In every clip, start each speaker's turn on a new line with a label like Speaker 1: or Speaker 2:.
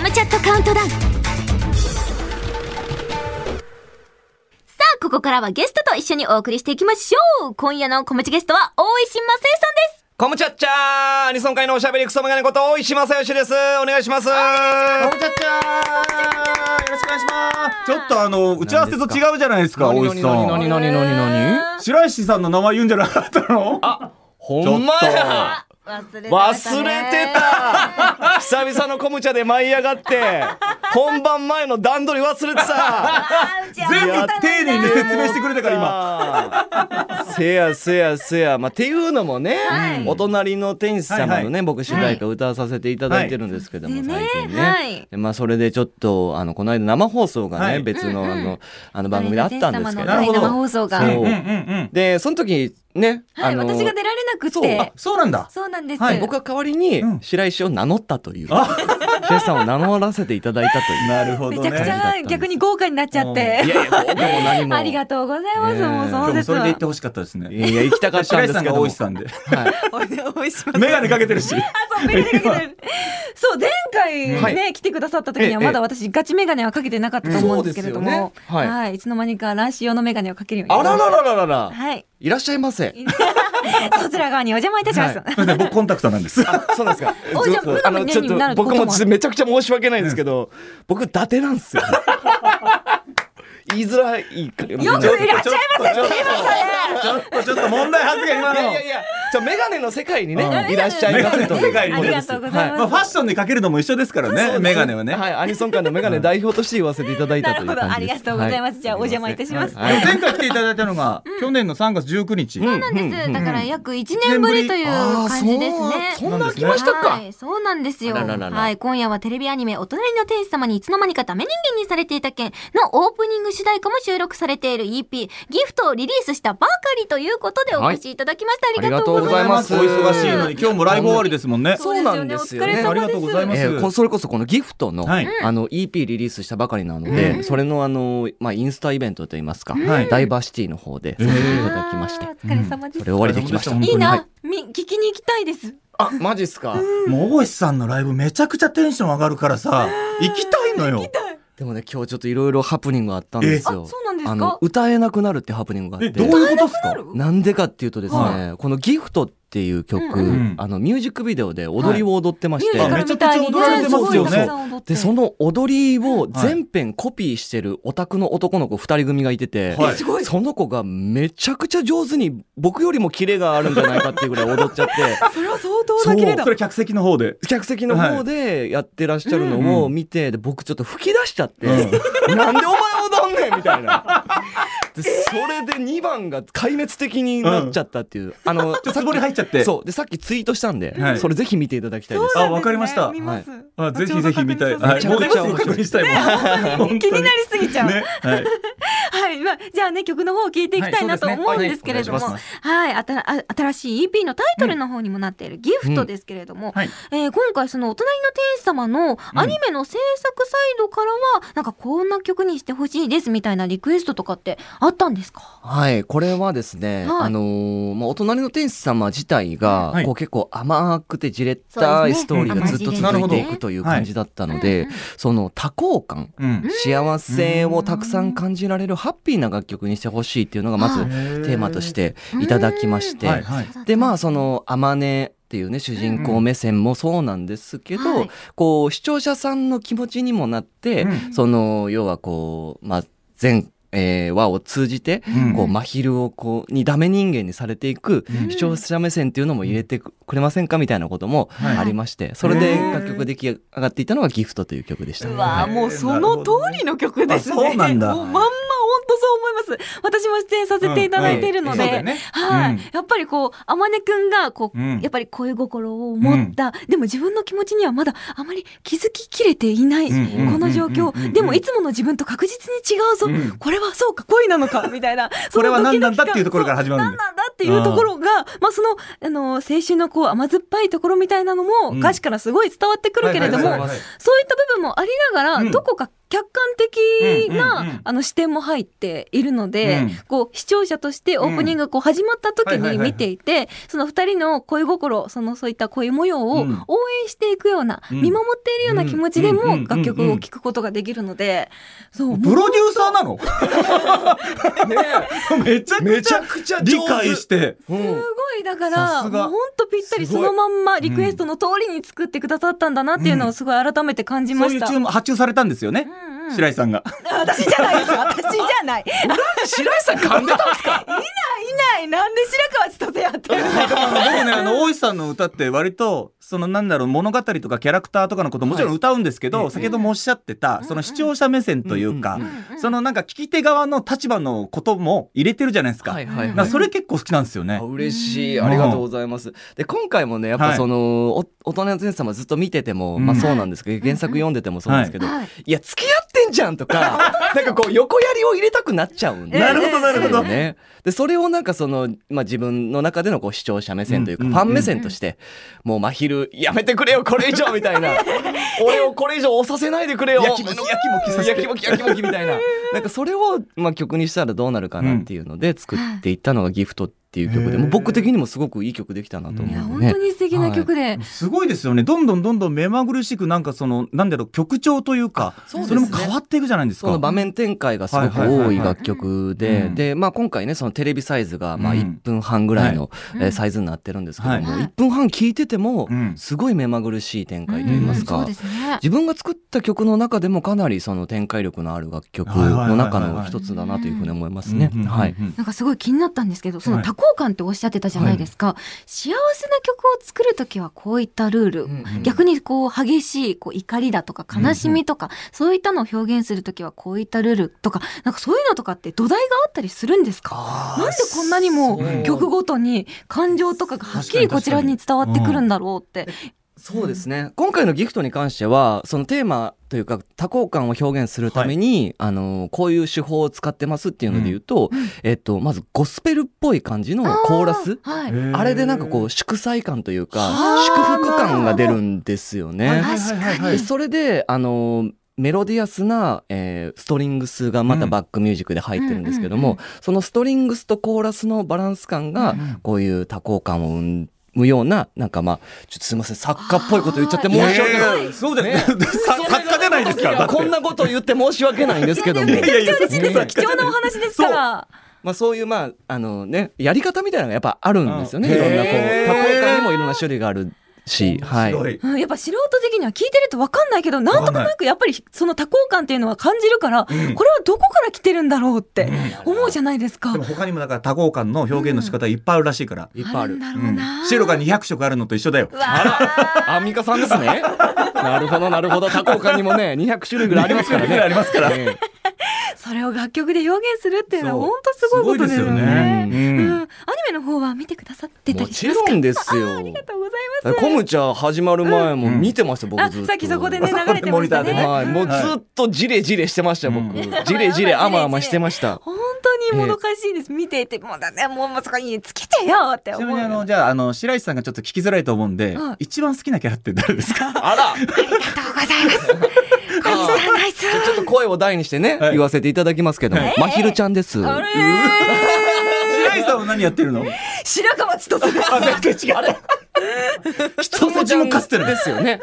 Speaker 1: トダウンさあ、ここからはゲストと一緒にお送りしていきましょう今夜の小町ゲストは、大石正恵さんです
Speaker 2: こむちゃっちゃーアニソン界のおしゃべりクソメガネこと、大石正義です。お願いします。
Speaker 3: かぼちゃっちゃーよろしくお願いしますちょっとあの打ち合わせと違うじゃないですか大石さん
Speaker 2: 何何何何
Speaker 3: 白石さんの名前言うんじゃなかったのあ
Speaker 2: ほんまや
Speaker 1: 忘れて
Speaker 2: 忘れてた久々のこむちゃで舞い上がって、本番前の段取り忘れてた
Speaker 3: 全部丁寧に説明してくれたから今
Speaker 2: 今。せやせやせや。まあ、っていうのもね、お隣の天使様のね、
Speaker 3: はいは
Speaker 2: 僕主題歌歌わさせていただいてるんですけども、
Speaker 1: はい
Speaker 2: 最近ね。
Speaker 1: はい
Speaker 2: でまあ、それでちょっと、あの、この間生放送がね、
Speaker 3: はい
Speaker 2: 別の、あの、あの番組であったんですけど。
Speaker 3: なるほど
Speaker 1: 生放送が。
Speaker 2: そ
Speaker 1: はい、
Speaker 2: う
Speaker 3: うんうんうん
Speaker 2: で、その時ね、あの、
Speaker 1: 私が出られなく
Speaker 2: そう
Speaker 1: て
Speaker 2: あ。
Speaker 3: そうなんだ
Speaker 1: そうなんです。
Speaker 3: はい
Speaker 2: 僕は代わりに
Speaker 3: うん
Speaker 2: 白石を名乗ったという、白石さんを名乗らせていただいたという。
Speaker 3: なるほ
Speaker 1: め
Speaker 3: ど
Speaker 1: ちゃくち
Speaker 3: ね
Speaker 1: ゃ逆に豪華になっちゃっ
Speaker 2: い
Speaker 1: て。
Speaker 2: やいや、僕も何 も。
Speaker 1: ありがとうございます。
Speaker 2: ええ
Speaker 1: もうそ
Speaker 3: 今
Speaker 1: の
Speaker 3: 日も
Speaker 1: 説
Speaker 3: それ
Speaker 1: は。
Speaker 3: で行ってほしかったですね
Speaker 2: いやいや、行きたかったん
Speaker 3: 白
Speaker 2: ですけ
Speaker 3: 石さん
Speaker 2: ど
Speaker 3: が
Speaker 2: も。
Speaker 3: 大石さんで
Speaker 2: はい。
Speaker 1: おいします。
Speaker 3: メガネかけてるし
Speaker 1: そうメガネかけてる そう前回ね、
Speaker 2: は
Speaker 1: 来てくださった時にはまだ私ガチメガネはかけてなかったと思うんですけれども、
Speaker 2: そうですよ
Speaker 1: は
Speaker 2: ね
Speaker 1: い、、
Speaker 2: はい
Speaker 1: つの間にか乱視用のメガネをかけるように
Speaker 2: あらららららら、
Speaker 1: はい
Speaker 2: いらっしゃいませ。
Speaker 1: そちら側にお邪魔いたします、
Speaker 2: は
Speaker 3: すいません僕コンタクトなんです
Speaker 2: あそうなんですか。
Speaker 1: おじゃあ
Speaker 2: ずっと
Speaker 1: うなのに
Speaker 2: ちょっ
Speaker 1: になる
Speaker 2: と
Speaker 1: ってこと
Speaker 2: 僕
Speaker 1: も
Speaker 2: もめちゃくちゃ申し訳ないんですけど、僕伊達なんですよ。 言いづらいか
Speaker 1: よくいらっ
Speaker 2: よ
Speaker 1: しゃいませ
Speaker 3: ちょっとちょっと問題発言今
Speaker 2: いやい
Speaker 3: の
Speaker 2: やいや、じゃメガネの世界にね、
Speaker 3: う
Speaker 2: いらっしゃいませという。
Speaker 3: メガネ
Speaker 1: あ
Speaker 3: の世界に
Speaker 1: りがとうございます、
Speaker 3: まあファッションでかけるのも一緒ですからねメガネはね
Speaker 2: はい、アニソン界のメガネ代表として言わせていただいた
Speaker 1: な
Speaker 2: とい
Speaker 1: るほ
Speaker 2: う
Speaker 1: ど
Speaker 2: 感
Speaker 1: あ
Speaker 2: じ
Speaker 1: り
Speaker 2: です。。
Speaker 1: がとうございますすじゃあお邪魔いたします、
Speaker 2: はい
Speaker 3: でも前回来ていただいたのが去年の3月19日
Speaker 2: ん
Speaker 1: そうなんです、だから約1年ぶりという感じですね
Speaker 2: そんな来ましたか
Speaker 1: は。い、そうなんですよ
Speaker 2: あらららら
Speaker 1: はい、今夜はテレビアニメ、お隣の天使様にいつの間にかダメ人間にされていた件のオープニング主題歌も収録されている EP、ギフトをリリースしたばかりということでお越しいただきました。ありがとうございます。
Speaker 3: お忙しいのに今日もライブ終わりですもんね
Speaker 2: そうなんですよね
Speaker 1: お疲れ様です
Speaker 3: ありがとうございます
Speaker 2: えーこそれこそこのギフトの,、
Speaker 3: はい
Speaker 2: あの EP リリースしたばかりなので、それのあの、まあ、インスタイベントといいますか、
Speaker 3: はい
Speaker 2: ダイバーシティの方でさせていただきまして
Speaker 1: あーお疲れ様です。
Speaker 2: それ終わりできました
Speaker 3: うん
Speaker 1: いい
Speaker 3: 本
Speaker 1: な、み、聞きに行きたいです。
Speaker 2: あマジっすか、
Speaker 3: もう大石さんのライブめちゃくちゃテンション上がるからさ行きたいのよ
Speaker 2: でもね今日ちょっといろいろハプニングがあったんですよ
Speaker 1: えあそうなんですか
Speaker 2: あの歌えなくなるってハプニングがあ
Speaker 3: え
Speaker 2: っ
Speaker 3: どう
Speaker 2: て
Speaker 3: いうことっすか
Speaker 2: なんでかっていうとですね、
Speaker 3: は
Speaker 2: この「ギフトっていう曲、
Speaker 1: うん
Speaker 3: うん
Speaker 2: あのミュージックビデオで踊りを踊ってま
Speaker 1: ミ
Speaker 2: し
Speaker 1: ュー
Speaker 2: て、
Speaker 1: ジカルみたいに
Speaker 3: めちゃくちゃ踊られてますよね
Speaker 1: ごいたくさん踊って
Speaker 2: でその踊りを
Speaker 3: はい
Speaker 2: 全編コピーしてるオタクの男の子2人組がいてて、
Speaker 3: はいえす
Speaker 2: その子がめちゃくちゃ上手に僕よりもキレがあるんじゃないかっていうぐらい踊っちゃって
Speaker 1: それは 相当
Speaker 2: そ
Speaker 1: な
Speaker 2: う
Speaker 1: 綺麗だ
Speaker 3: そ。れ客席の方で
Speaker 2: 客席の方でやってらっしゃるのを見てで僕ちょっと吹き出しちゃって、 なんでお前踊んねんみたいな。でそれで2番が壊滅的になっちゃったっていう、あの
Speaker 3: ちょっとつぼに入っちゃって
Speaker 2: そうでさっきツイートしたんで、
Speaker 3: はい
Speaker 2: それぜひ見ていただきたいです。
Speaker 3: あわかりました
Speaker 1: 見ます。
Speaker 3: あぜひぜひ見たい
Speaker 1: 後ほど確認
Speaker 3: はい
Speaker 1: します
Speaker 3: もう一度確認したい もん
Speaker 1: 気になりすぎちゃう。
Speaker 3: ねはい
Speaker 1: はい、まあ、じゃあね、曲の方を聞いていきたいなと
Speaker 3: はいそうですね
Speaker 1: 思うんですけれども、
Speaker 3: はいお
Speaker 1: は
Speaker 3: 願い
Speaker 1: い、あたらあ新しい EP のタイトルの方にもなっているギフトですけれども、
Speaker 3: はい
Speaker 1: えー今回そのお隣の天使様のアニメの制作サイドからは、なんかこんな曲にしてほしいですみたいなリクエストとかってあったんですか
Speaker 2: はい、これはですね、
Speaker 1: はい
Speaker 2: あのーまあ、お隣の天使様自体が、
Speaker 3: はい
Speaker 2: こう結構甘くてじれったい
Speaker 1: そうですね
Speaker 2: ストーリーがずっと続いてい
Speaker 1: うん
Speaker 2: くという感じだったので、
Speaker 1: うんうん
Speaker 2: その多幸感、
Speaker 3: うん
Speaker 2: 幸せをたくさん感じられるハッピーな楽曲にしてほしいっていうのがまず
Speaker 1: う
Speaker 2: テーマとしていただきまして、
Speaker 3: はいはい
Speaker 2: でまあその「あまね」っていうね主人公目線もそうなんですけど、
Speaker 1: うんはい
Speaker 2: こう視聴者さんの気持ちにもなって、
Speaker 3: うん
Speaker 2: その要はこう、まあ、全、えー話を通じて、
Speaker 3: うん
Speaker 2: こう真昼をこうにダメ人間にされていく
Speaker 3: うん
Speaker 2: 視聴者目線っていうのも入れてくくれませんかみたいなことも
Speaker 3: はい
Speaker 2: ありまして、それで
Speaker 3: へー
Speaker 2: 楽曲が出来上がっていたのが「ギフトという曲でした。
Speaker 1: うわあ
Speaker 3: はい
Speaker 1: もうその通りの曲ですね。
Speaker 3: なるほどねあそうなんだ
Speaker 1: もうまんま本当そう思います。私も出演させていただいているの
Speaker 3: うんうんそうだ
Speaker 1: で、
Speaker 3: よね
Speaker 1: はい、
Speaker 3: うん
Speaker 1: やっぱりこうあまねくんがこう、
Speaker 3: うん
Speaker 1: やっぱり恋心を持った、でも自分の気持ちにはまだあまり気づききれていない、
Speaker 3: うん
Speaker 1: この状況、
Speaker 3: うんうんうんうん
Speaker 1: でもいつもの自分と確実に違うぞ、
Speaker 3: うん
Speaker 1: これはそうか恋なのかみたいな
Speaker 3: これは
Speaker 1: その時
Speaker 3: 何な
Speaker 1: 々
Speaker 3: ん
Speaker 1: が
Speaker 3: だっていうところから始まる
Speaker 1: 何
Speaker 3: んだ
Speaker 1: なんだっていうところが、まあ、その、あの、青春のこう、甘酸っぱいところみたいなのも、
Speaker 3: うん
Speaker 1: 歌詞からすごい伝わってくるけれども、
Speaker 3: はいはいはいはい
Speaker 1: そういった部分もありながら、
Speaker 3: うん
Speaker 1: どこか客観的な、
Speaker 3: うんうんうん
Speaker 1: あの視点も入っているので、
Speaker 3: うん
Speaker 1: こう視聴者としてオープニングがこう始まった時
Speaker 3: うんはいはい
Speaker 1: に
Speaker 3: はい
Speaker 1: 見ていて、その二人の恋心、そのそういった恋模様を応
Speaker 3: う
Speaker 1: 援
Speaker 3: ん
Speaker 1: していくような、
Speaker 3: うん
Speaker 1: 見守っているような気持ちで
Speaker 3: うんうんうんうんう
Speaker 1: も
Speaker 3: ん
Speaker 1: 楽曲を聴くことができるので、そう、
Speaker 3: プロデューサーなの
Speaker 2: ね
Speaker 3: めちゃ
Speaker 2: えめ
Speaker 3: く
Speaker 2: ち
Speaker 3: ち
Speaker 2: ゃ
Speaker 3: ゃ
Speaker 2: くちゃ上手
Speaker 3: 理解して。
Speaker 2: うん
Speaker 1: すごいだか
Speaker 3: さ
Speaker 1: ら、も
Speaker 3: す
Speaker 1: う
Speaker 3: が
Speaker 1: ほんとぴったり
Speaker 2: す
Speaker 1: そ
Speaker 2: ごい
Speaker 1: のまんまリクエストの通りに作ってくださったんだなっていうのをすごい改めて感じま
Speaker 3: そうい
Speaker 1: し
Speaker 3: う
Speaker 1: た。
Speaker 3: 注文発注されたんですよね。
Speaker 1: うんうん
Speaker 3: 白石さんが。
Speaker 1: 私じゃないですよ私じゃない。い
Speaker 2: 白石さん噛んでたんですか
Speaker 1: ない、なんで白川千歳やってるの
Speaker 3: でもあの僕ね、あの、大石さんの歌って割と、そのなんだろう、物語とかキャラクターとかのこともちろん歌うんですけど、
Speaker 2: はい
Speaker 3: 先ほどもおっしゃってた、その視聴者目線というか
Speaker 2: うんうん、
Speaker 3: そのなんか聞き手側の立場のことも入れてるじゃないですか。
Speaker 2: はい
Speaker 3: だ
Speaker 2: はい
Speaker 3: か
Speaker 2: は
Speaker 3: ら
Speaker 2: い
Speaker 3: それ結構好きなんですよね
Speaker 2: あ。嬉しい
Speaker 1: うん
Speaker 2: ありがとうございますで今回もねやっ
Speaker 3: はい
Speaker 2: ぱその、お大人の天様ずっと見てても、
Speaker 3: うん
Speaker 2: まあそうなんですけど原作読んでてもそうなんですけど、
Speaker 1: はい
Speaker 2: い、や付き合ってんじゃんと かなんかこう横やりを入れたくなっちゃうんで
Speaker 1: なるほどなるほど
Speaker 2: ね、でそれをなんかその、まあ、自分の中でのこう視聴者目線というか、
Speaker 3: うん
Speaker 2: ファン目線として、もう真昼やめてくれよこれ以上みたい な俺をこれ以上押させないでくれよ
Speaker 3: やきもきやきもきさせて
Speaker 2: やきもきやきもきみたいななんかそれを、まあ、曲にしたらどうなるかなっていうので作っていったのが「ギフトっていう曲で、
Speaker 3: うん
Speaker 2: もう僕的にもすごくいい曲できたなと
Speaker 1: いや、
Speaker 2: 思う
Speaker 1: 本
Speaker 2: んでね
Speaker 1: 当。に素敵な曲で。
Speaker 3: すごいですよね。どんどんどんどん目まぐるしく、なんかその、なんだろう、曲調というか、
Speaker 2: そうで
Speaker 3: そ
Speaker 2: す
Speaker 3: れ
Speaker 2: ね
Speaker 3: も変わっていくじゃないです
Speaker 2: その
Speaker 3: か。
Speaker 2: 場面展開がすごく
Speaker 3: はいはいはい
Speaker 2: 多
Speaker 3: はい
Speaker 2: い楽曲
Speaker 3: う
Speaker 2: で
Speaker 3: ん、
Speaker 2: で、まあ今回ね、そのテレビサイズがまあ
Speaker 3: うん
Speaker 2: 1分半ぐらいの
Speaker 1: うん
Speaker 2: えーサイズになってるんですけども、
Speaker 1: はい
Speaker 2: 1分半聴いてても
Speaker 3: う、ん
Speaker 2: すごい目まぐるしい展開といいます
Speaker 1: うん
Speaker 2: か
Speaker 1: そうで、すね。
Speaker 2: 自分が作った曲の中でもかなりその展開力のある楽曲の中の一つだなというふうに思いますね
Speaker 3: うん。うん
Speaker 2: はい。
Speaker 3: うん
Speaker 1: なんかすごい気になったんですけど、その
Speaker 3: はい
Speaker 1: 多幸感っておっしゃってたじゃないですか。幸せな曲を作るときはこういったルール。
Speaker 3: うん
Speaker 1: 逆にこう激しいこう怒りだとか悲しみとか、そういったのを表現するときはこういったルールとか、なんかそういうのとかって土台があったりするんですかなんでこんなにも
Speaker 2: そう
Speaker 1: 曲ごとに感情とかがはっきりこちらに伝わってくるんだろうって。
Speaker 2: そうですね今回のギフトに関してはそのテーマというか多幸感を表現するために、あのこういう手法を使ってますっていうので言うと、えっと、まずゴスペルっぽい感じのコーラス
Speaker 1: あーはい。
Speaker 2: あれでなんかこ
Speaker 3: う
Speaker 2: う祝祭感というか
Speaker 1: あー
Speaker 2: 祝福感が出るんですよね。
Speaker 1: 確かに
Speaker 2: でそれであのメロディアスな、えーストリングスがまたバックミュージックで入ってるんですけども、
Speaker 1: うんうん
Speaker 2: そのストリングスとコーラスのバランス感が
Speaker 3: うん
Speaker 2: こういう多幸感を生むようななんかまあちょっとすいません作家っぽいこと言っちゃって
Speaker 1: あ
Speaker 2: 申
Speaker 1: ー
Speaker 2: し訳ない。
Speaker 3: ややそうだよね。さ作家じゃないですか。だって
Speaker 2: こんなこと言って申し訳ないんですけども
Speaker 1: いやでもめちゃくちゃ嬉しいで
Speaker 2: いやい
Speaker 1: す
Speaker 2: や
Speaker 1: よ。貴重なお話ですから。
Speaker 2: まあそういうまああのねやり方みたいなのがやっぱあるんですよね、
Speaker 3: うん
Speaker 2: いろんなこう
Speaker 3: へー
Speaker 2: 多幸感にもいろんな種類があるしはい
Speaker 3: 面白い
Speaker 1: うんやっぱ素人的には聞いてると分かんないけど、なんとかなくやっぱりその多幸感っていうのは感じるから、これはどこから来てるんだろうって思うじゃないですか。
Speaker 3: でも他にもだから多幸感の表現の仕方いっぱいあるらしいから。
Speaker 2: いっぱいある
Speaker 1: んだろ
Speaker 3: う
Speaker 1: うんな。
Speaker 3: 白が200色あるのと一緒だよ。
Speaker 1: うわ
Speaker 2: アンミカさんですねなるほどなるほど多幸感にもね200種類ぐらいありますからね
Speaker 3: ありますから。
Speaker 2: ね
Speaker 1: ーそれを楽曲で表現するっていうのは
Speaker 3: そう
Speaker 1: 本当すごいことですよ
Speaker 3: すごい
Speaker 2: ですよね
Speaker 1: ね。うん
Speaker 3: うん
Speaker 1: アニメの方は見てくださってた
Speaker 2: も
Speaker 1: りし
Speaker 2: ち
Speaker 1: ますか
Speaker 2: ろんですよ
Speaker 1: あありがとうございます。
Speaker 2: コムちゃん始まる前も見てました、僕
Speaker 1: あ、
Speaker 2: ずっと
Speaker 1: さっきそこでね、流れてましたね。
Speaker 2: はい、もうずっとジレジレしてました、
Speaker 3: はい
Speaker 2: 僕
Speaker 3: う。
Speaker 2: ジレジレあまあましてました。
Speaker 1: 本当にもどかしいです。見ていて、もうだね、もうもうそこにつけちゃえよって
Speaker 3: ち
Speaker 1: 思う。
Speaker 3: なみにあの、じゃあ、あの、白石さんがちょっと聞きづらいと思うんで
Speaker 1: はい、
Speaker 3: 一番好きなキャラって誰ですか
Speaker 2: あ ら、
Speaker 1: ありがとうございます。カニさんナイス。
Speaker 2: ちょっと声を大にしてね、
Speaker 3: はい
Speaker 2: 言わせていただきますけども
Speaker 3: は、
Speaker 2: まひるちゃんです。
Speaker 1: あれ
Speaker 3: 白石さんは何やってるの
Speaker 1: 白川千歳です。
Speaker 3: あ、全然違う。あれ一文字もかつてない
Speaker 2: ですよね。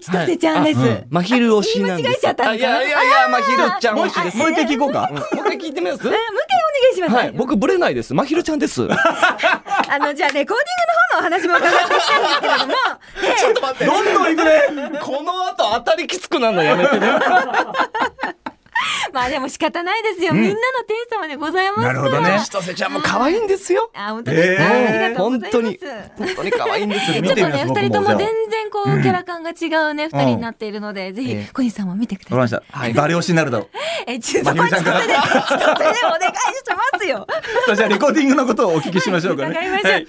Speaker 1: 千歳ちゃんです。
Speaker 3: はいうん
Speaker 2: まひる推しなんです。
Speaker 1: 言い間違えちゃったのかな
Speaker 2: あいやいやいや、まひるちゃん
Speaker 3: もう
Speaker 2: 推
Speaker 3: 一
Speaker 2: し
Speaker 3: 回
Speaker 2: です。
Speaker 3: もう一回聞こう
Speaker 2: うん
Speaker 3: か。
Speaker 2: もう一回聞いてみます
Speaker 1: えもう一回お願いします。
Speaker 2: はい、僕ブレないです。まひるちゃんです。
Speaker 1: あの、じゃあ、レコーディングの方のお話も伺っていきたいんですけ れども、
Speaker 2: ちょっと待って。
Speaker 3: どんどんいくね
Speaker 2: この後当たりきつくなるのやめてね。
Speaker 1: まあでも仕方ないですよ。みんなの天様でございますから。
Speaker 3: なるほどね
Speaker 2: 千歳ちゃんも可愛いんですよ。
Speaker 1: あ、本当ですか、
Speaker 3: えー
Speaker 1: ありがとうご
Speaker 2: 本
Speaker 1: ざいます。
Speaker 2: 当に本当に可愛いんです
Speaker 1: ちょっ
Speaker 2: よ。
Speaker 1: と
Speaker 3: 見て
Speaker 1: ね、
Speaker 3: みます
Speaker 1: 二人と
Speaker 3: 僕
Speaker 1: も全
Speaker 3: もじ
Speaker 1: 然
Speaker 3: ゃあ
Speaker 1: こう、キャラ感が違うね、二人になっているので、ぜ
Speaker 2: え
Speaker 1: ひ、
Speaker 2: え
Speaker 1: 小西さんも見てくだ
Speaker 3: わかり
Speaker 1: さ
Speaker 3: ま
Speaker 1: い。
Speaker 3: した。バレ推しになるだろう。
Speaker 1: え、中途半端で、一つでお願いしますよ。
Speaker 3: さあじゃあ、レコーディングのことをお聞きしましょうかね。
Speaker 1: 伺いましょう。
Speaker 3: は
Speaker 1: は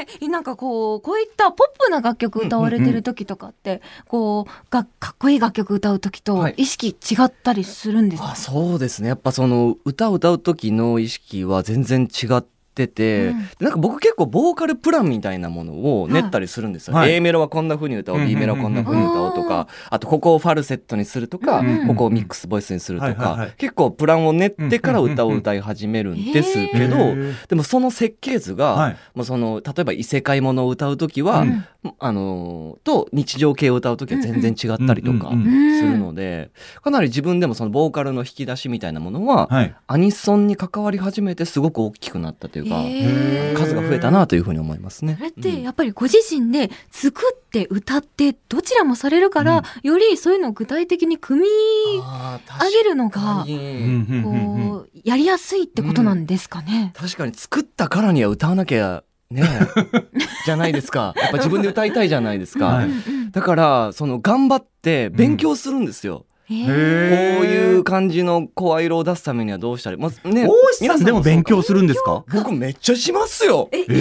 Speaker 1: いい、なんかこう、こういったポップな楽曲歌われてる時とかって、こう、が、かっこいい楽曲歌う時と
Speaker 2: はい、
Speaker 1: 意識違ったりするんですか、
Speaker 2: あそうですねやっぱその歌を歌う時の意識は全然違っってて、
Speaker 1: うん
Speaker 2: でなんか僕結構ボーカルプランみたいなものを練ったりするんですよ、
Speaker 3: はい
Speaker 2: A メロはこんな風に歌おう、
Speaker 3: うん
Speaker 2: B メロはこんな風に歌おうと
Speaker 1: うんうんう
Speaker 2: かあとここをファルセットにするとか、
Speaker 1: うん
Speaker 2: ここをミックスボイスにするとか、
Speaker 3: はいはいはい
Speaker 2: 結構プランを練ってから歌を歌い始めるんですけど、
Speaker 3: へー
Speaker 2: でもその設計図が、
Speaker 3: はい
Speaker 2: もうその例えば異世界ものを歌う時は、
Speaker 3: うん
Speaker 2: あのと日常系を歌う時は全然違ったりとか
Speaker 3: うんうん
Speaker 1: うんうん
Speaker 2: するので、かなり自分でもそのボーカルの引き出しみたいなものは、
Speaker 3: はい。
Speaker 2: アニソンに関わり始めてすごく大きくなったというか、
Speaker 1: へー
Speaker 2: 数が増えたなというふうに思いますね
Speaker 1: そ。れってやっぱりご自身で作って歌ってどちらもされるから、よりそういうのを具体的に組み
Speaker 2: あ
Speaker 1: 上げるのが
Speaker 3: うんうんうんうん
Speaker 1: こうやりやすいってことなんですかね。
Speaker 2: 確かに作ったからには歌わなきゃ ねじゃないですかやっぱ自分で歌いたいじゃないですか、
Speaker 3: はい
Speaker 2: だからその頑張って勉強するんですよ、
Speaker 1: へ
Speaker 3: へ
Speaker 1: ー
Speaker 2: こういう
Speaker 3: ー
Speaker 2: 感じの声色を出すためにはどうしたらまずね
Speaker 3: 大石さんでも勉
Speaker 2: 皆
Speaker 3: 強するんですか
Speaker 2: さんもそうか僕めっちゃしますよ
Speaker 1: え、イン
Speaker 3: え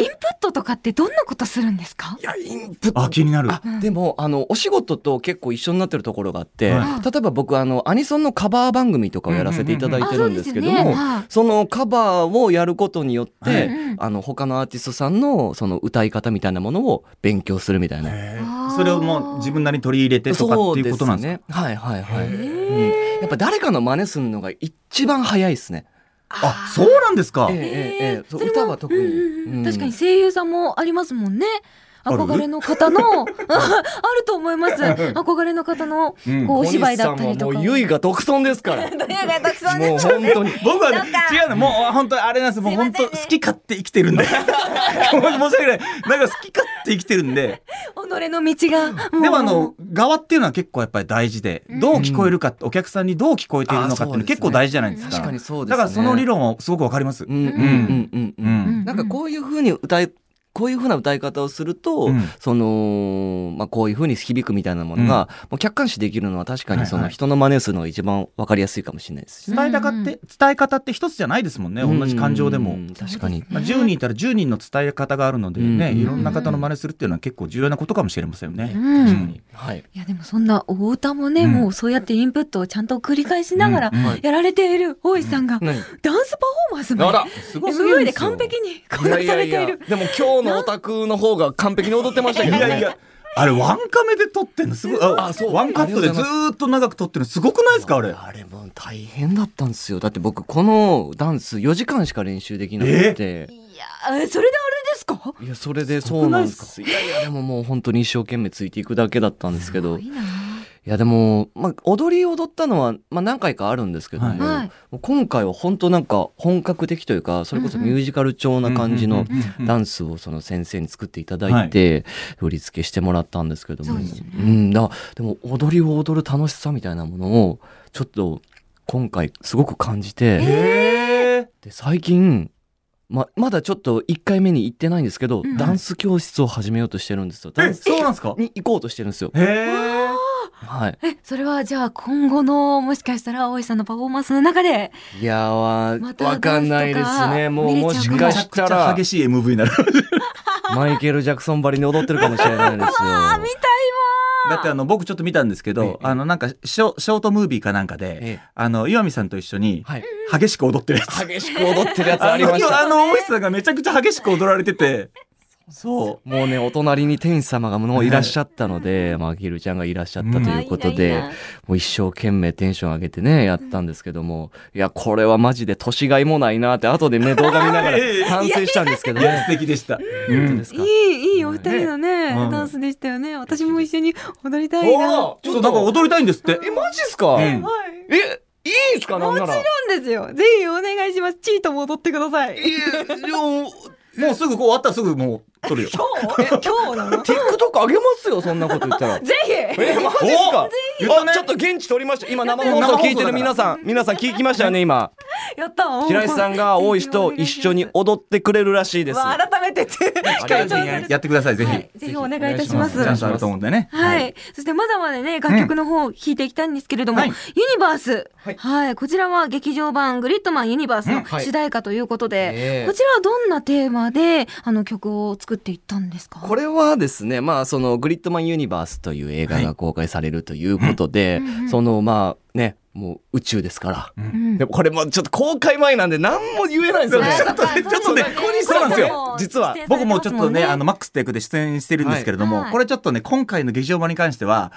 Speaker 3: え。
Speaker 1: プットとかってどんなことするんですか
Speaker 2: いやインプット
Speaker 3: あ、気になる。
Speaker 2: あ
Speaker 1: うん
Speaker 2: でもあのお仕事と結構一緒になってるところがあって、
Speaker 3: は
Speaker 2: 例えば僕あのアニソンのカバー番組とかをやらせていただい
Speaker 1: あ、
Speaker 2: て
Speaker 1: そ
Speaker 2: る
Speaker 1: うんで
Speaker 2: ですす
Speaker 1: よ
Speaker 2: けど
Speaker 1: ね。
Speaker 2: も。
Speaker 1: はい
Speaker 2: そのカバーをやることによって、
Speaker 3: はい
Speaker 1: うん
Speaker 2: あの他のアーティストさんのその歌い方みたいなものを勉強するみたいな。
Speaker 3: へ
Speaker 1: あ
Speaker 3: ー
Speaker 1: ー
Speaker 3: それをもう自分なりに取り入れてとかっていうことなんですか
Speaker 2: ね。はいはいはい。
Speaker 3: へ
Speaker 2: うんやっぱ誰かの真似するのが一番早いですね。
Speaker 3: あ、そうなんですか
Speaker 2: ええええええ
Speaker 1: そ
Speaker 2: そ
Speaker 1: れ
Speaker 2: う
Speaker 1: は
Speaker 2: 歌は特に
Speaker 1: うんうんうん
Speaker 2: うん
Speaker 1: 確かに声優さんもありますもんね。
Speaker 3: ある
Speaker 1: 憧れの方 のあると思います。憧れの方の
Speaker 3: うん
Speaker 1: こうお芝居だったりとか。
Speaker 2: 小西さんはもうゆいが独尊です から。も
Speaker 1: というかたくさん
Speaker 2: う
Speaker 1: ね
Speaker 2: 本当に。
Speaker 3: 僕はね
Speaker 1: なんか
Speaker 3: 違うのもう本当にあれなんですもう本
Speaker 1: すい
Speaker 3: 当
Speaker 1: ませんね
Speaker 3: 好き勝手生きてるんで申し訳ないなんか好き勝手生きてるんで
Speaker 1: 己の道が。もう
Speaker 3: でもあの側っていうのは結構やっぱり大事で
Speaker 1: うん
Speaker 3: どう聞こえるかお客さんにどう聞こえているのかっていう
Speaker 2: あ
Speaker 3: の
Speaker 2: そうですね
Speaker 3: 結構大事じゃないですか
Speaker 2: 確かにそうですね。
Speaker 3: だからその理論はすごくわかります
Speaker 2: うんうんうんうんうん。
Speaker 3: うん
Speaker 2: なんかこういう風に歌い、こういう風な歌い方をすると、
Speaker 3: うん
Speaker 2: その、まあ、こういう風に響くみたいなものが、もう客観視できるのは確かにそ
Speaker 3: はい
Speaker 2: の
Speaker 3: はい
Speaker 2: 人の真似するのが一番わかりやすいかもしれないですしね。
Speaker 3: 伝えたかって伝え方って一つじゃないですもんね同じ感情で
Speaker 2: う
Speaker 3: も
Speaker 2: ん確かに。
Speaker 3: まあ10人いたら10人の伝え方があるので
Speaker 2: う
Speaker 3: ね
Speaker 2: ん
Speaker 3: いろんな方の真似するっていうのは結構重要なことかもしれませんよね
Speaker 1: うん
Speaker 3: 確かに
Speaker 2: はい。
Speaker 1: いやでもそんなお歌もね、
Speaker 3: うん
Speaker 1: もうそうやってインプットをちゃんと繰り返しながら
Speaker 3: うんうん
Speaker 1: やられている大石さんが、
Speaker 2: 何
Speaker 1: ダンスパフォーマンス
Speaker 2: あ
Speaker 1: まで
Speaker 2: ら
Speaker 3: すごすぎる
Speaker 1: MV
Speaker 3: ん
Speaker 1: です
Speaker 3: よ
Speaker 1: 完璧にこ
Speaker 2: い
Speaker 1: な
Speaker 2: やい
Speaker 1: さ
Speaker 2: や
Speaker 1: れて
Speaker 2: い
Speaker 1: い
Speaker 2: や、
Speaker 1: る。
Speaker 2: でも今日のオタクの方が完璧に踊ってましたけ
Speaker 3: い
Speaker 2: どね。
Speaker 3: やいや、あれワンカメで撮ってんのすごい。あ、
Speaker 2: あそう
Speaker 3: ワンカットでずーっと長く撮ってるのすごくないですかあれ。
Speaker 2: あれもう大変だったんですよ。だって僕このダンス4時間しか練習できなくて。
Speaker 1: いやーそれであれですか
Speaker 2: いや、それです
Speaker 3: ご
Speaker 2: そ
Speaker 3: く
Speaker 2: う
Speaker 3: な
Speaker 2: ないん
Speaker 3: で
Speaker 2: です
Speaker 3: か
Speaker 2: す。いやいや、でももう本当に一生懸命ついていくだけだったんですけど。
Speaker 1: す
Speaker 2: い
Speaker 1: ごいな
Speaker 2: や、でも、まあ、踊り踊ったのは、まあ、何回かあるんですけども、
Speaker 3: はい
Speaker 1: はい
Speaker 2: もう今回は本当なんか本格的というか、それこそミュージカル調な感じのダンスをその先生に作っていただいて、振り付けしてもらったんですけども。
Speaker 1: そうですよね
Speaker 2: ん、だでも踊りを踊る楽しさみたいなものを、ちょっと今回すごく感じて。
Speaker 3: え
Speaker 2: で最近ままだちょっと1回目に行ってないんですけど、
Speaker 1: うん
Speaker 2: ダンス教室を始めようとしてるんですよ
Speaker 3: ー、
Speaker 2: ダ
Speaker 3: え、
Speaker 2: ンス
Speaker 3: そうなんですか
Speaker 2: に行こうとしてるんですよ
Speaker 3: へえ。
Speaker 2: はい
Speaker 1: えそれはじゃあ今後のもしかしたら大石さんのパフォーマンスの中で
Speaker 2: いやわ
Speaker 1: また
Speaker 2: わかんないですねもう
Speaker 1: 見れちゃう
Speaker 2: もし
Speaker 1: かも
Speaker 2: か
Speaker 3: めちゃ
Speaker 2: し
Speaker 3: くち
Speaker 2: た
Speaker 3: ゃ
Speaker 2: ら
Speaker 3: 激しい MV になる。
Speaker 2: マイケル・ジャクソンばりに踊ってるかもしれないですよ
Speaker 3: だってあの、僕ちょっと見たんですけ
Speaker 2: え
Speaker 3: ど、
Speaker 2: え
Speaker 3: あの、なんかショ、ショートムービーかなんかで、
Speaker 2: え
Speaker 3: あの、岩見さんと一緒に
Speaker 2: え、はい
Speaker 3: 激しく踊ってるやつ。
Speaker 2: 激しく踊ってるやつあ
Speaker 3: あ
Speaker 2: りまし
Speaker 3: の、
Speaker 2: た
Speaker 3: あの大石さんがめちゃくちゃ激しく踊られてて、そ
Speaker 2: もうねお隣に天使様がもういらっしゃったので、マギルちゃんがいらっしゃったということで、
Speaker 1: あいいないいな
Speaker 2: もう一生懸命テンション上げてね、やったんですけども、いや、これはマジで年がいもないなって、後でね、動画見ながら
Speaker 3: ええ
Speaker 2: 反省したんですけ
Speaker 3: う。
Speaker 2: ど
Speaker 3: いや、素
Speaker 2: ね。
Speaker 3: 敵でした。
Speaker 2: 本当
Speaker 3: うん
Speaker 2: ですか
Speaker 1: いいいいお二人のね
Speaker 3: ねうん
Speaker 1: ダンスでしたよね私も一緒に踊りたいな
Speaker 2: お
Speaker 1: は
Speaker 2: お
Speaker 3: ちょっとなんか踊りたいんですって。
Speaker 2: え、マジっすか、
Speaker 3: うん
Speaker 1: い
Speaker 2: え、いいんすかなんなら。
Speaker 1: なんですよぜひお願いしますチートも踊ってください
Speaker 2: え、でも、
Speaker 3: もうすぐこう終わったらすぐもう 撮るよ。
Speaker 1: 今日今日なの
Speaker 2: TikTok 上げますよ、そんなこと言ったら。
Speaker 1: ぜひ
Speaker 2: え、マジっすか
Speaker 3: 言ったね
Speaker 2: あちょっと現地撮りました。今生放送聞いてる皆さん、皆さん聞きましたよね、今。
Speaker 1: やった
Speaker 2: 平井さんが大石と一緒に踊ってくれるらしいです。
Speaker 1: わあ改めてって
Speaker 2: ありがとうございま
Speaker 1: 強調
Speaker 2: す
Speaker 1: されて
Speaker 3: やってください、ぜ
Speaker 1: は
Speaker 3: ひ
Speaker 1: い。ぜひお願いいたします
Speaker 3: チャンスあると思うんでね。
Speaker 1: はい。そしてまだまだね、楽曲の方を弾いていきたいんですけれども、
Speaker 3: はい
Speaker 1: ユニバース、は。
Speaker 2: はいい
Speaker 1: こちらは劇場版グリッドマンユニバース
Speaker 2: うん
Speaker 1: の
Speaker 2: はい
Speaker 1: 主題歌ということで、
Speaker 2: ええ
Speaker 1: こちらはどんなテーマで、あの曲を作っていったんですか
Speaker 2: これはですね、まあ、そのグリッドマンユニバースという映画が公開されるということで、
Speaker 1: うんうんうん
Speaker 2: そのまあねもう宇宙ですから。
Speaker 1: うん
Speaker 2: でもこれもうちょっと公開前なんで何も言えないんですよね。
Speaker 3: ちょっとねちょっとねそうなんです
Speaker 2: よ実は
Speaker 3: 僕もちょっとね、あの、
Speaker 1: ま
Speaker 3: マックステイクで出演してるんですけれども、
Speaker 1: はい
Speaker 3: これちょっとね、今回の劇場版に関しては、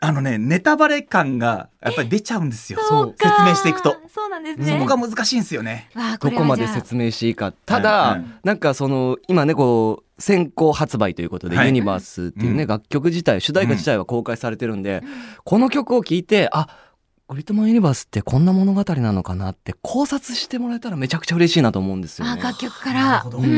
Speaker 3: あのね、ネタバレ感がやっぱり出ちゃうんですよ。
Speaker 1: そう
Speaker 3: 説
Speaker 1: か
Speaker 3: 明していくと。
Speaker 1: そうなんです
Speaker 3: そ
Speaker 1: ね
Speaker 3: こが難しいんですよね。
Speaker 1: わあ
Speaker 2: ど
Speaker 1: れ
Speaker 2: こ
Speaker 1: は
Speaker 2: ま
Speaker 1: じ
Speaker 2: で
Speaker 1: ゃあ
Speaker 2: 説明していいか。た
Speaker 3: は
Speaker 2: だ
Speaker 3: い、
Speaker 2: なんかその、今ね、こう、先行発売ということで、
Speaker 3: はい
Speaker 2: ユニバースっていう
Speaker 3: う
Speaker 2: ね、
Speaker 3: ん
Speaker 2: 楽曲自体、主題歌自体は公開されてるんで、この曲を聴いて、あ、グリッドマンユニバースってこんな物語なのかなって考察してもらえたらめちゃくちゃ嬉しいなと思うんですよ
Speaker 1: あ
Speaker 2: ね。
Speaker 1: 楽曲か
Speaker 3: なる
Speaker 1: ら
Speaker 3: ほど
Speaker 1: うんうん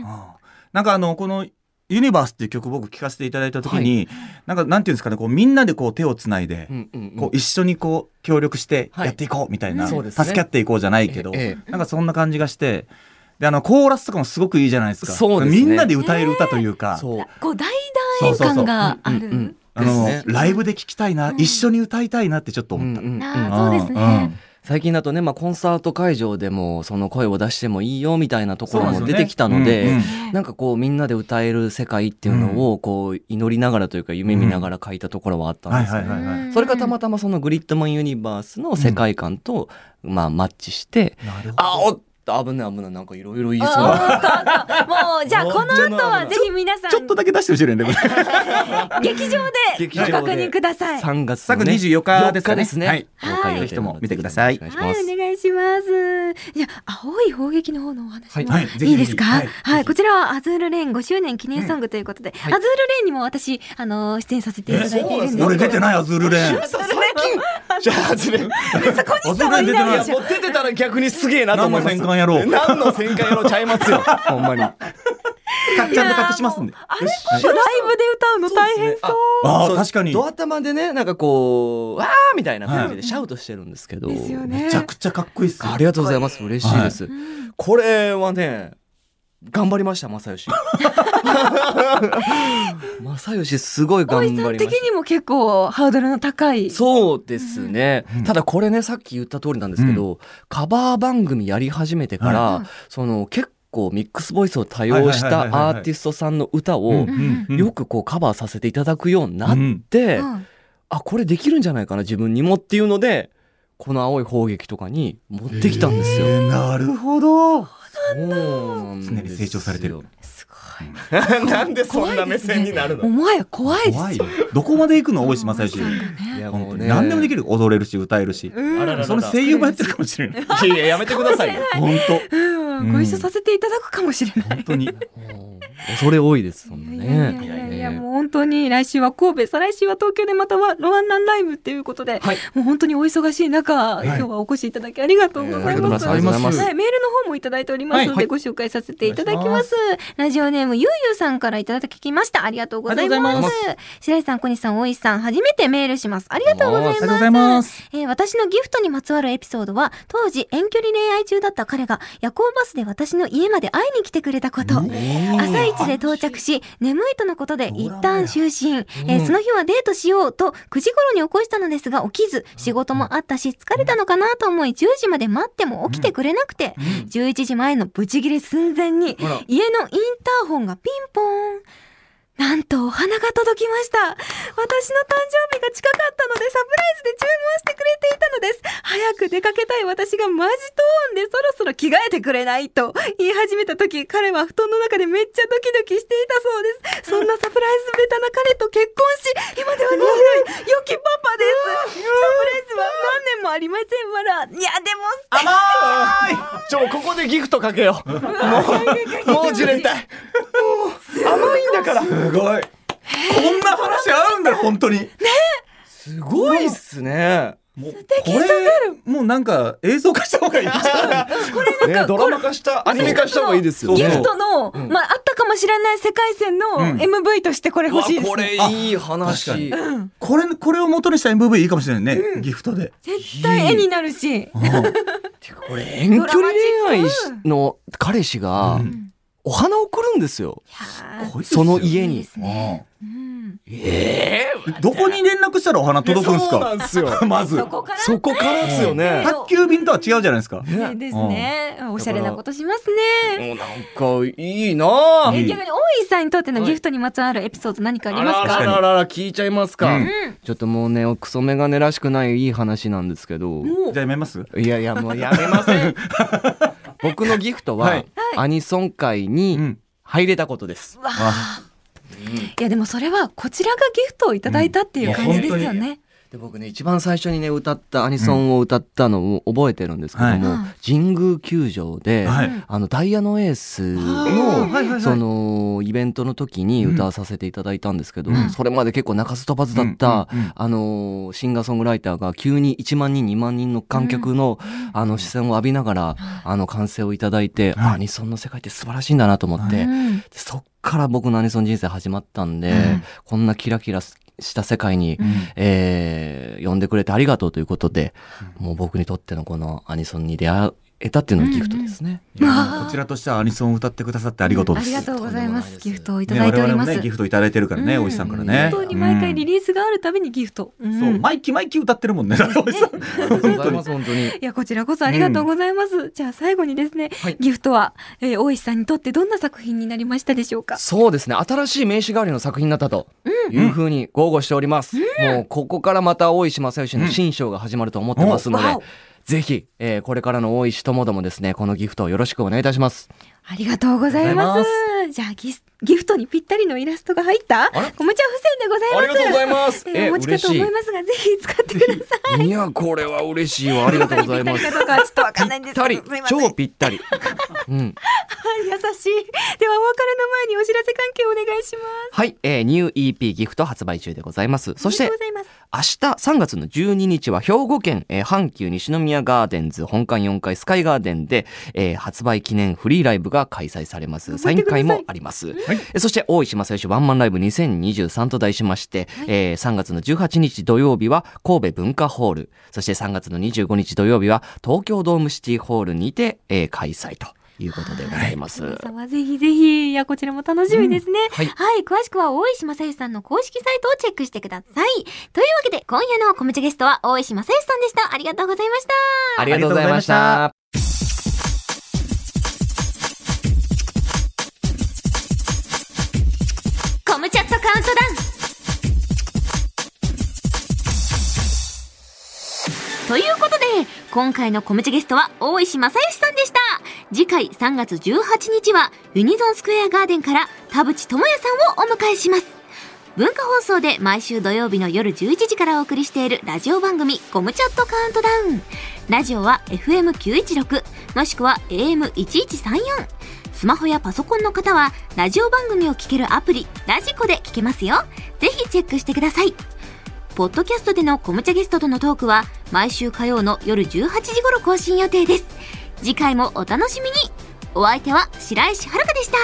Speaker 1: うん
Speaker 3: ああなんかあのこの「ユニバース」っていう曲僕聴かせていただいた時に、なんかなんていうんですかねこうみんなでこう手をつないで、
Speaker 2: うんうんうん
Speaker 3: こう一緒にこう協力して
Speaker 2: はい
Speaker 3: やっていこうみたいな、
Speaker 1: うんそう
Speaker 2: ですね
Speaker 3: 助け合っていこうじゃないけど、
Speaker 2: え
Speaker 3: なんかそんな感じがしてであのコーラスとかもすごくいいじゃないですか
Speaker 2: そうですね
Speaker 3: みんなで歌える歌というか、
Speaker 2: そう。
Speaker 1: こう大団円感があ
Speaker 2: うんうん
Speaker 1: る
Speaker 3: あの
Speaker 2: ですね
Speaker 3: ライブで聴きたいな、
Speaker 1: うん
Speaker 3: 一緒に歌いたいなってちょっと思った。
Speaker 2: うんうんうん
Speaker 1: あそうですね
Speaker 2: 最近だとね、まあ、コンサート会場でもその声を出してもいいよみたいなところ
Speaker 3: そ
Speaker 2: も
Speaker 3: うなんです
Speaker 2: 出
Speaker 3: よね
Speaker 2: てきたの
Speaker 3: うんうん
Speaker 2: で。
Speaker 1: ね
Speaker 2: なんかこうみんなで歌える世界っていうのをこう祈りながらというか夢見ながら書いたところはあったんですよ
Speaker 3: はいはいはい
Speaker 1: うん
Speaker 2: それがたまたまそのグリッドマンユニバースの世界観とまあマッチして
Speaker 3: なるほど
Speaker 2: あおっと危ない危ないなんかいろいろ言いそうな
Speaker 1: あーおっとおっともうじゃあこの後はぜひ皆さん
Speaker 3: ちょっとだけ出してほしいねでも
Speaker 1: 劇場で
Speaker 2: 劇場
Speaker 1: ご
Speaker 2: で
Speaker 1: 確認ください。
Speaker 2: 3月
Speaker 3: 3
Speaker 2: の
Speaker 3: 月
Speaker 2: ね
Speaker 3: 24日ですかね
Speaker 2: 4日ですね
Speaker 3: はい
Speaker 2: 公開予定なので
Speaker 3: ぜひとも見てください
Speaker 2: お願いし
Speaker 1: は
Speaker 2: ま
Speaker 1: い、
Speaker 2: す
Speaker 1: お願いします。いや、青い砲撃の方のお話も、
Speaker 3: はい
Speaker 1: い
Speaker 3: はい、
Speaker 1: いですか、
Speaker 3: ぜ
Speaker 1: は
Speaker 3: ひぜ
Speaker 1: い
Speaker 3: ひはい
Speaker 1: こちらはアズールレーン5周年記念ソングということで、アズールレーンにも私、あのー出演させていただいているんですけど。
Speaker 3: 俺出てないアズールレーン
Speaker 2: 最近じゃあ ずれ
Speaker 3: アズールレーン出てない
Speaker 2: もう出てたら逆にすげえなと
Speaker 3: 何
Speaker 2: 思 いま
Speaker 3: の
Speaker 2: す
Speaker 3: 戦艦やろう
Speaker 2: 何の戦艦やろうちゃいますよほんまに
Speaker 3: かっちゃんで隠しますんで。
Speaker 1: あれこそライブで歌うの大変そう。
Speaker 3: あー確かに
Speaker 2: ドア玉でねなんかこうわーみたいな感じでシャウトしてるんですけど、
Speaker 1: ですよね。
Speaker 3: めちゃくちゃかっこいいっすよ
Speaker 2: ありがとうございます嬉しいです、
Speaker 1: うん
Speaker 2: これはね頑張りました正 義正義すごい
Speaker 1: 大
Speaker 2: 頑
Speaker 1: 井さ
Speaker 2: 張
Speaker 1: ん
Speaker 2: りま
Speaker 1: 的
Speaker 2: し
Speaker 1: にも結構ハードルの高い。
Speaker 2: たそうですね、
Speaker 3: うん
Speaker 2: ただこれねさっき言った通りなんですけど、カバー番組やり始めてから、
Speaker 1: はい
Speaker 2: その結構ミックスボイスを多用し
Speaker 3: はいはいはいはい
Speaker 2: た
Speaker 3: は
Speaker 2: ア
Speaker 3: い
Speaker 2: ーティストさんの歌
Speaker 3: う
Speaker 2: を
Speaker 3: んうんうん
Speaker 2: よくこうカバーさせていただくようになって、
Speaker 1: うん
Speaker 2: あこれできるんじゃないかな自分にもっていうのでこの青い砲撃とかに持ってきたんですよ。
Speaker 3: えーなるほど。
Speaker 2: そうなんですよ
Speaker 3: 常に成長されてる。
Speaker 1: すごい。
Speaker 2: なんで
Speaker 1: そんな目線になるのもはや怖いですよ。
Speaker 3: よ。どこまで行くの大石正
Speaker 1: さ。
Speaker 3: 義
Speaker 1: んがね
Speaker 2: いや
Speaker 3: 本
Speaker 2: も
Speaker 3: 当
Speaker 2: う
Speaker 3: に
Speaker 2: ね。
Speaker 3: 何でもできる。踊れるし歌えるし。
Speaker 1: うん
Speaker 2: あららら
Speaker 3: その声優もやってるかもしれない。
Speaker 2: いやいややめてくださ いよ。
Speaker 3: 本
Speaker 1: うん、ご一緒させていただくかもしれない
Speaker 3: 当。本当に。
Speaker 2: もう恐れ多いですそん
Speaker 1: い
Speaker 2: な
Speaker 1: やいやいやいやいや
Speaker 2: ね。
Speaker 1: もう本当に来週は神戸再来週は東京でまたはロワンナンライブっていうことで、
Speaker 2: はい
Speaker 1: もう本当にお忙しい中、
Speaker 3: い
Speaker 1: 今日はお越しいただきありがとうございます、
Speaker 2: えーありがとうございます
Speaker 1: はい、メールの方もいただいておりますので、
Speaker 3: はいはい
Speaker 1: ご紹介させていただきますラジオネームゆうゆうさんからいただきましたありがとうございます
Speaker 3: ありがとうござ
Speaker 1: 白井さん小西さん大石さん初めてメールしますありがとうござい
Speaker 3: あ
Speaker 1: ま
Speaker 3: り
Speaker 1: す
Speaker 3: がとうございます。
Speaker 1: えー私のギフトにまつわるエピソードは、当時遠距離恋愛中だった彼が夜行バスで私の家まで会いに来てくれたこと。朝一で到着し、眠いとのことで一旦就寝。えーその日はデートしようと9時頃に起こしたのですが起きず、仕事もあったし疲れたのかなと思い10時まで待っても起きてくれなくて、11時前のブチギレ寸前に
Speaker 3: あら、
Speaker 1: 家のインターホンがピンポーン。なんとお花が届きました。私の誕生日が近かったのでサプライズで注文してくれていたのです。早く出かけたい私がマジトーンでそろそろ着替えてくれないと言い始めた時、彼は布団の中でめっちゃドキドキしていたそうです。そんなサプライズベタな彼と結婚し、今では何よ良きパパです。サプライズは何年もありませんわら。いや、でも
Speaker 2: 甘い。ちょここでギフトかけよう。もうもう自連帯。もう甘いんだから。
Speaker 3: すごい。こんな話あるんだよ本当に。
Speaker 2: すごいっすね。
Speaker 3: もうこれもうなんか映像化した方がいい。
Speaker 2: ねドラマ化したアニメ化した方がいいですよ。
Speaker 1: ギ
Speaker 2: ね
Speaker 1: フトの、まあ、あったかもしれない世界線の
Speaker 3: ん
Speaker 1: MV としてこれ
Speaker 2: うわ
Speaker 1: 欲しいです、ね
Speaker 2: これいい話。
Speaker 3: 確
Speaker 1: うん
Speaker 3: これこれを元にした MV いいかもしれないね。ギフトで。
Speaker 1: 絶対絵になるし。
Speaker 2: これ遠距離恋愛の彼氏が
Speaker 3: うん
Speaker 2: お花を送るんですよ。
Speaker 1: は
Speaker 3: こいつ
Speaker 2: その家
Speaker 1: いい
Speaker 2: に
Speaker 1: で。す
Speaker 3: うん
Speaker 1: うん
Speaker 2: ええ
Speaker 3: どこに連絡したらお花届くんです
Speaker 2: そうな
Speaker 3: か
Speaker 2: んですよ
Speaker 3: まず
Speaker 1: そこから
Speaker 2: そこからですよね
Speaker 3: 宅急便とは違うじゃないですか
Speaker 2: ね
Speaker 1: ねですね。おしゃれなことしますね。
Speaker 2: もうなんかいいなあ
Speaker 3: いい
Speaker 1: え逆に大井さんにとっての
Speaker 2: はい
Speaker 1: ギフトにまつわるエピソード何かあります
Speaker 2: あ
Speaker 1: か？
Speaker 2: らあらあら聞いちゃいますか、
Speaker 3: うん
Speaker 1: うん。
Speaker 2: ちょっともうねクソメガネらしくないいい話なんですけど、
Speaker 1: もう
Speaker 3: じゃあやめます
Speaker 2: いやいやもうやめません僕のギフトは、
Speaker 3: はい
Speaker 2: アニソン界に入れたことです、
Speaker 1: わ
Speaker 3: あ
Speaker 1: いやでもそれはこちらがギフトをいただいたっていう感じですよね。
Speaker 2: で僕ね一番最初にね歌ったアニソンを歌ったのを覚えてるんですけども、
Speaker 1: はい
Speaker 2: 神宮球場で、
Speaker 3: はい
Speaker 1: うん
Speaker 2: あのダイヤのエース
Speaker 1: あ
Speaker 2: の
Speaker 1: ー
Speaker 3: はいはいはい
Speaker 2: そのイベントの時に歌わさせていただいたんですけど、
Speaker 3: うん
Speaker 2: それまで結構鳴かず飛ばずだった、
Speaker 3: うんうんうん
Speaker 2: あのーシンガーソングライターが急に1万人2万人の観客の,、あの視線を浴びながらあの歓声をいただいて、
Speaker 3: はい
Speaker 2: アニソンの世界って素晴らしいんだなと思って、
Speaker 3: は
Speaker 1: うん
Speaker 2: でそっから僕のアニソン人生始まったんで、
Speaker 3: うん
Speaker 2: こんなキラキラした世界に、
Speaker 3: うん
Speaker 2: えー呼んでくれてありがとうということで、もう僕にとってのこのアニソンに出会えたっていうのがギフトですね。
Speaker 3: いやこちらとしてはアニソンを歌ってくださってありがとう
Speaker 1: あ
Speaker 3: です
Speaker 1: りがとうございま。
Speaker 2: とんでもないですす
Speaker 1: ギフトをいただいており
Speaker 3: ね我々
Speaker 1: ま
Speaker 3: も
Speaker 1: す。
Speaker 3: ねギフトいただいてるからね
Speaker 1: うん
Speaker 3: おじさんからね
Speaker 1: 本当に毎回リ
Speaker 3: リ
Speaker 1: リースがあるたびにギフト。うん
Speaker 3: そう毎期毎期歌ってるもんねだからおじさん
Speaker 2: ありがとうございます本当に。
Speaker 1: いやこちらこそありがとうございます。じゃあ最後にですね、
Speaker 2: はい
Speaker 1: ギフトは、えー大石さんにとってどんな作品になりましたでしょうか。
Speaker 2: そうですね新しい名刺代わりの作品だったというふうに豪語しております、もうここからまた大石正義の新章が始まると思ってますので、
Speaker 1: うんおわお
Speaker 2: ぜひ、えーこれからの大石ともどもですねこのギフトをよろしくお願いいたします
Speaker 1: ありがとうございます。
Speaker 2: ありがと
Speaker 1: じゃあギスギフトにぴったりのイラストが入った
Speaker 2: あれ
Speaker 1: こむちゃん付箋でございます。
Speaker 2: ありがとうございます
Speaker 1: えー
Speaker 2: え
Speaker 1: お持ちかと思いますがぜひ使ってください。
Speaker 2: いやこれは嬉しいわありがとうございます
Speaker 1: ぴったりかどうかはちょっとわかんないん
Speaker 2: ぴ
Speaker 1: です
Speaker 2: っ
Speaker 1: けど。
Speaker 2: たり
Speaker 1: すいません
Speaker 2: 超ぴったり、うん、
Speaker 1: 優しい。ではお別れの前にお知らせ関係お願いします。
Speaker 2: はい、えー、ニュー EP ギフト発売中でございますそし
Speaker 1: あ
Speaker 2: て
Speaker 1: りがとうございます。
Speaker 2: 明日3月の12日は兵庫県、えー阪急西宮ガーデンズ本館4階スカイガーデンで、えー発売記念フリーライブが開催されます。
Speaker 1: 覚
Speaker 2: サ
Speaker 1: え
Speaker 2: イ
Speaker 1: て
Speaker 2: ン
Speaker 1: ください
Speaker 2: 会もあります。えーそして大石正義ワンマンライブ2023と題しまして、えー3月の18日土曜日は神戸文化ホール、そして3月の25日土曜日は東京ドームシティホールにて、えー開催ということでございます。
Speaker 1: 皆様ぜひぜひいやこちらも楽しみですね、
Speaker 2: はい
Speaker 1: はい、詳しくは大石正義さんの公式サイトをチェックしてくださいというわけで今夜のコムチャゲストは大石正義さんでしたありがとうございました
Speaker 2: ありがとうございました。
Speaker 1: コムチャットカウントダウンということで今回のコムチャゲストは大石正義さんでした次回3月18日はユニゾンスクエアガーデンから田淵智也さんをお迎えします文化放送で毎週土曜日の夜11時からお送りしているラジオ番組「コムチャットカウントダウン」ラジオは FM916 もしくは AM1134 スマホやパソコンの方はラジオ番組を聴けるアプリ「ラジコ」で聴けますよぜひチェックしてくださいポッドキャストでのコムチャゲストとのトークは毎週火曜の夜18時頃更新予定です次回もお楽しみにお相手は白石遥でした